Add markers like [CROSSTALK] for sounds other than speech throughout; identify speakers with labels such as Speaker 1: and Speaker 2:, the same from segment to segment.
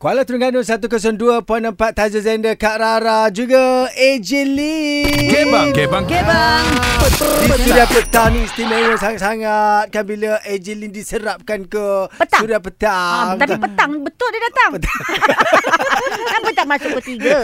Speaker 1: Kuala Terengganu 102.4 Taza Zender Kak Rara juga AJ Lee
Speaker 2: Gebang, gebang. Ah.
Speaker 3: Gebang.
Speaker 1: Di Suria Petang ni istimewa sangat-sangat kan bila AJ Lee diserapkan ke
Speaker 3: Petang.
Speaker 1: Suria Petang
Speaker 3: Ah, tapi petang betul dia datang. [LAUGHS] kan petang masuk
Speaker 1: [LAUGHS]
Speaker 3: ketiga.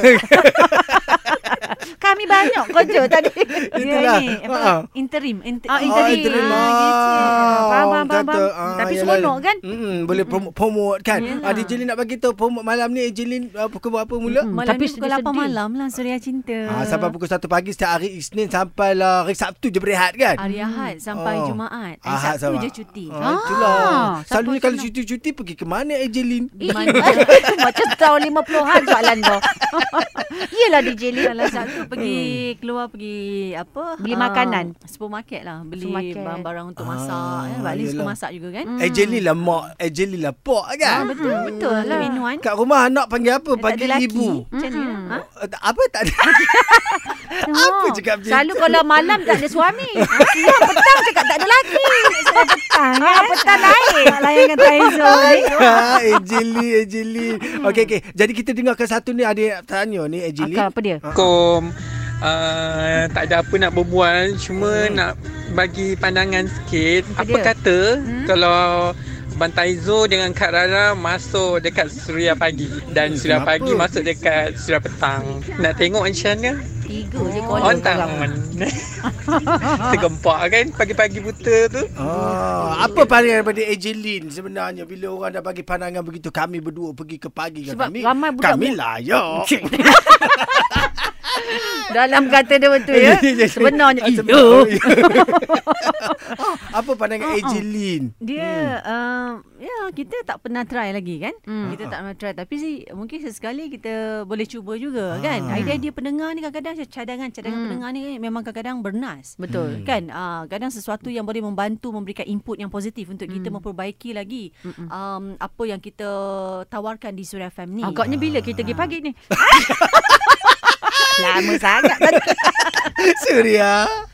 Speaker 3: Kami banyak kerja tadi.
Speaker 1: Itulah.
Speaker 4: Dia ni apa?
Speaker 1: Ha.
Speaker 4: Interim. Inter-
Speaker 3: Ah,
Speaker 1: Oh,
Speaker 3: interim.
Speaker 1: interim.
Speaker 3: Ah,
Speaker 1: Ah,
Speaker 3: Faham,
Speaker 1: orang
Speaker 3: faham, faham,
Speaker 1: kata,
Speaker 3: faham.
Speaker 1: ah,
Speaker 4: Tapi
Speaker 1: yelah.
Speaker 4: seronok kan?
Speaker 1: Mm-mm, boleh promo- promote kan.
Speaker 4: Yelah.
Speaker 3: Ya.
Speaker 1: Ah, DJ Lin nak bagi tahu promote malam ni DJ Lin ah, pukul berapa mula?
Speaker 3: Malam
Speaker 4: Hmm, Malam Tapi
Speaker 3: ni
Speaker 4: pukul
Speaker 3: sedih-sedih.
Speaker 4: 8 malam lah Suria Cinta.
Speaker 1: Ah, sampai pukul 1 pagi setiap hari Isnin sampai lah hari Sabtu je berehat kan?
Speaker 4: Hari Ahad sampai
Speaker 1: Oh.
Speaker 4: Jumaat. Hari
Speaker 1: Ahad
Speaker 4: Sabtu
Speaker 1: sama.
Speaker 4: je cuti.
Speaker 1: Ah,
Speaker 3: Ah,
Speaker 1: itulah.
Speaker 3: sampai
Speaker 1: Selalunya kalau
Speaker 3: senang.
Speaker 1: cuti-cuti pergi ke mana Ejelin?
Speaker 4: Eh,
Speaker 3: [LAUGHS] Macam tahun 50-an soalan kau. [LAUGHS] Yelah DJ Lee.
Speaker 4: Kalau
Speaker 1: [LAUGHS]
Speaker 4: Sabtu pergi
Speaker 1: Hmm.
Speaker 4: keluar pergi apa?
Speaker 3: Beli
Speaker 4: ah,
Speaker 3: makanan.
Speaker 4: Supermarket lah. Beli
Speaker 3: Supermarket. Hmm.
Speaker 4: barang-barang untuk
Speaker 1: Ah,
Speaker 4: masak. kan. Balik suka
Speaker 1: yelah.
Speaker 4: masak juga kan?
Speaker 1: Ejelin lah mak, Ejelin lah pak kan?
Speaker 4: Ah, betul, betul lah. Minuan.
Speaker 1: Kat rumah anak panggil apa?
Speaker 4: Eh, tak ada
Speaker 1: Panggil
Speaker 4: laki.
Speaker 1: ibu.
Speaker 4: Macam
Speaker 3: Hmm.
Speaker 4: ni lah. Ha?
Speaker 1: Eh, tak- Apa tak ada?
Speaker 4: [LAUGHS]
Speaker 1: apa cakap macam
Speaker 3: Ah, Selalu
Speaker 1: tu?
Speaker 3: kalau malam tak ada
Speaker 1: [LAUGHS]
Speaker 3: suami. Siang petang cakap tak ada laki. Siang petang. Ah, petang lain.
Speaker 4: eh? Tak layan dengan Taizo ni.
Speaker 1: [LAUGHS] Ha, Ejeli, Ejeli.
Speaker 4: Hmm.
Speaker 1: Okey, okey. Jadi kita dengarkan satu ni ada yang tanya ni Ejeli.
Speaker 3: Akak apa dia?
Speaker 5: Assalamualaikum. Uh, tak ada apa nak berbual, cuma
Speaker 1: Hmm.
Speaker 5: nak bagi pandangan sikit.
Speaker 3: Apa
Speaker 5: Apa
Speaker 3: dia?
Speaker 5: kata
Speaker 1: Hmm?
Speaker 5: kalau Abang Taizo dengan Kak Rara masuk dekat Suria Pagi dan
Speaker 1: Hmm,
Speaker 5: Suria
Speaker 1: kenapa?
Speaker 5: Pagi masuk dekat Suria Petang. Nak tengok macam mana?
Speaker 3: Tiga je
Speaker 4: Oh.
Speaker 1: Oh,
Speaker 3: kolom.
Speaker 5: On [LAUGHS] tangan. Tergempak kan pagi-pagi buta tu.
Speaker 1: Ah, apa pandangan daripada Ejelin sebenarnya bila orang dah bagi pandangan begitu kami berdua pergi ke pagi kan
Speaker 3: Sebab
Speaker 1: kami.
Speaker 3: ramai budak-
Speaker 1: kami layak.
Speaker 4: [LAUGHS]
Speaker 3: Dalam kata dia betul
Speaker 1: [LAUGHS]
Speaker 3: ya. Sebenarnya iya. [LAUGHS]
Speaker 1: Ah, apa pandangan Ejelin?
Speaker 4: Dia uh, ya kita tak pernah try lagi kan.
Speaker 3: Hmm.
Speaker 4: Kita tak pernah try tapi si, mungkin sesekali kita boleh cuba juga kan.
Speaker 3: Hmm.
Speaker 4: Idea-idea pendengar ni kadang-kadang cadangan-cadangan pendengar ni eh, memang kadang-kadang bernas.
Speaker 3: Betul.
Speaker 4: Kan uh, kadang sesuatu yang boleh membantu memberikan input yang positif untuk kita
Speaker 3: Hmm.
Speaker 4: memperbaiki lagi um, apa yang kita tawarkan di Suria FM ni.
Speaker 3: Agaknya bila kita pergi pagi ni? Lama sangat tadi.
Speaker 1: [LAUGHS] Suria.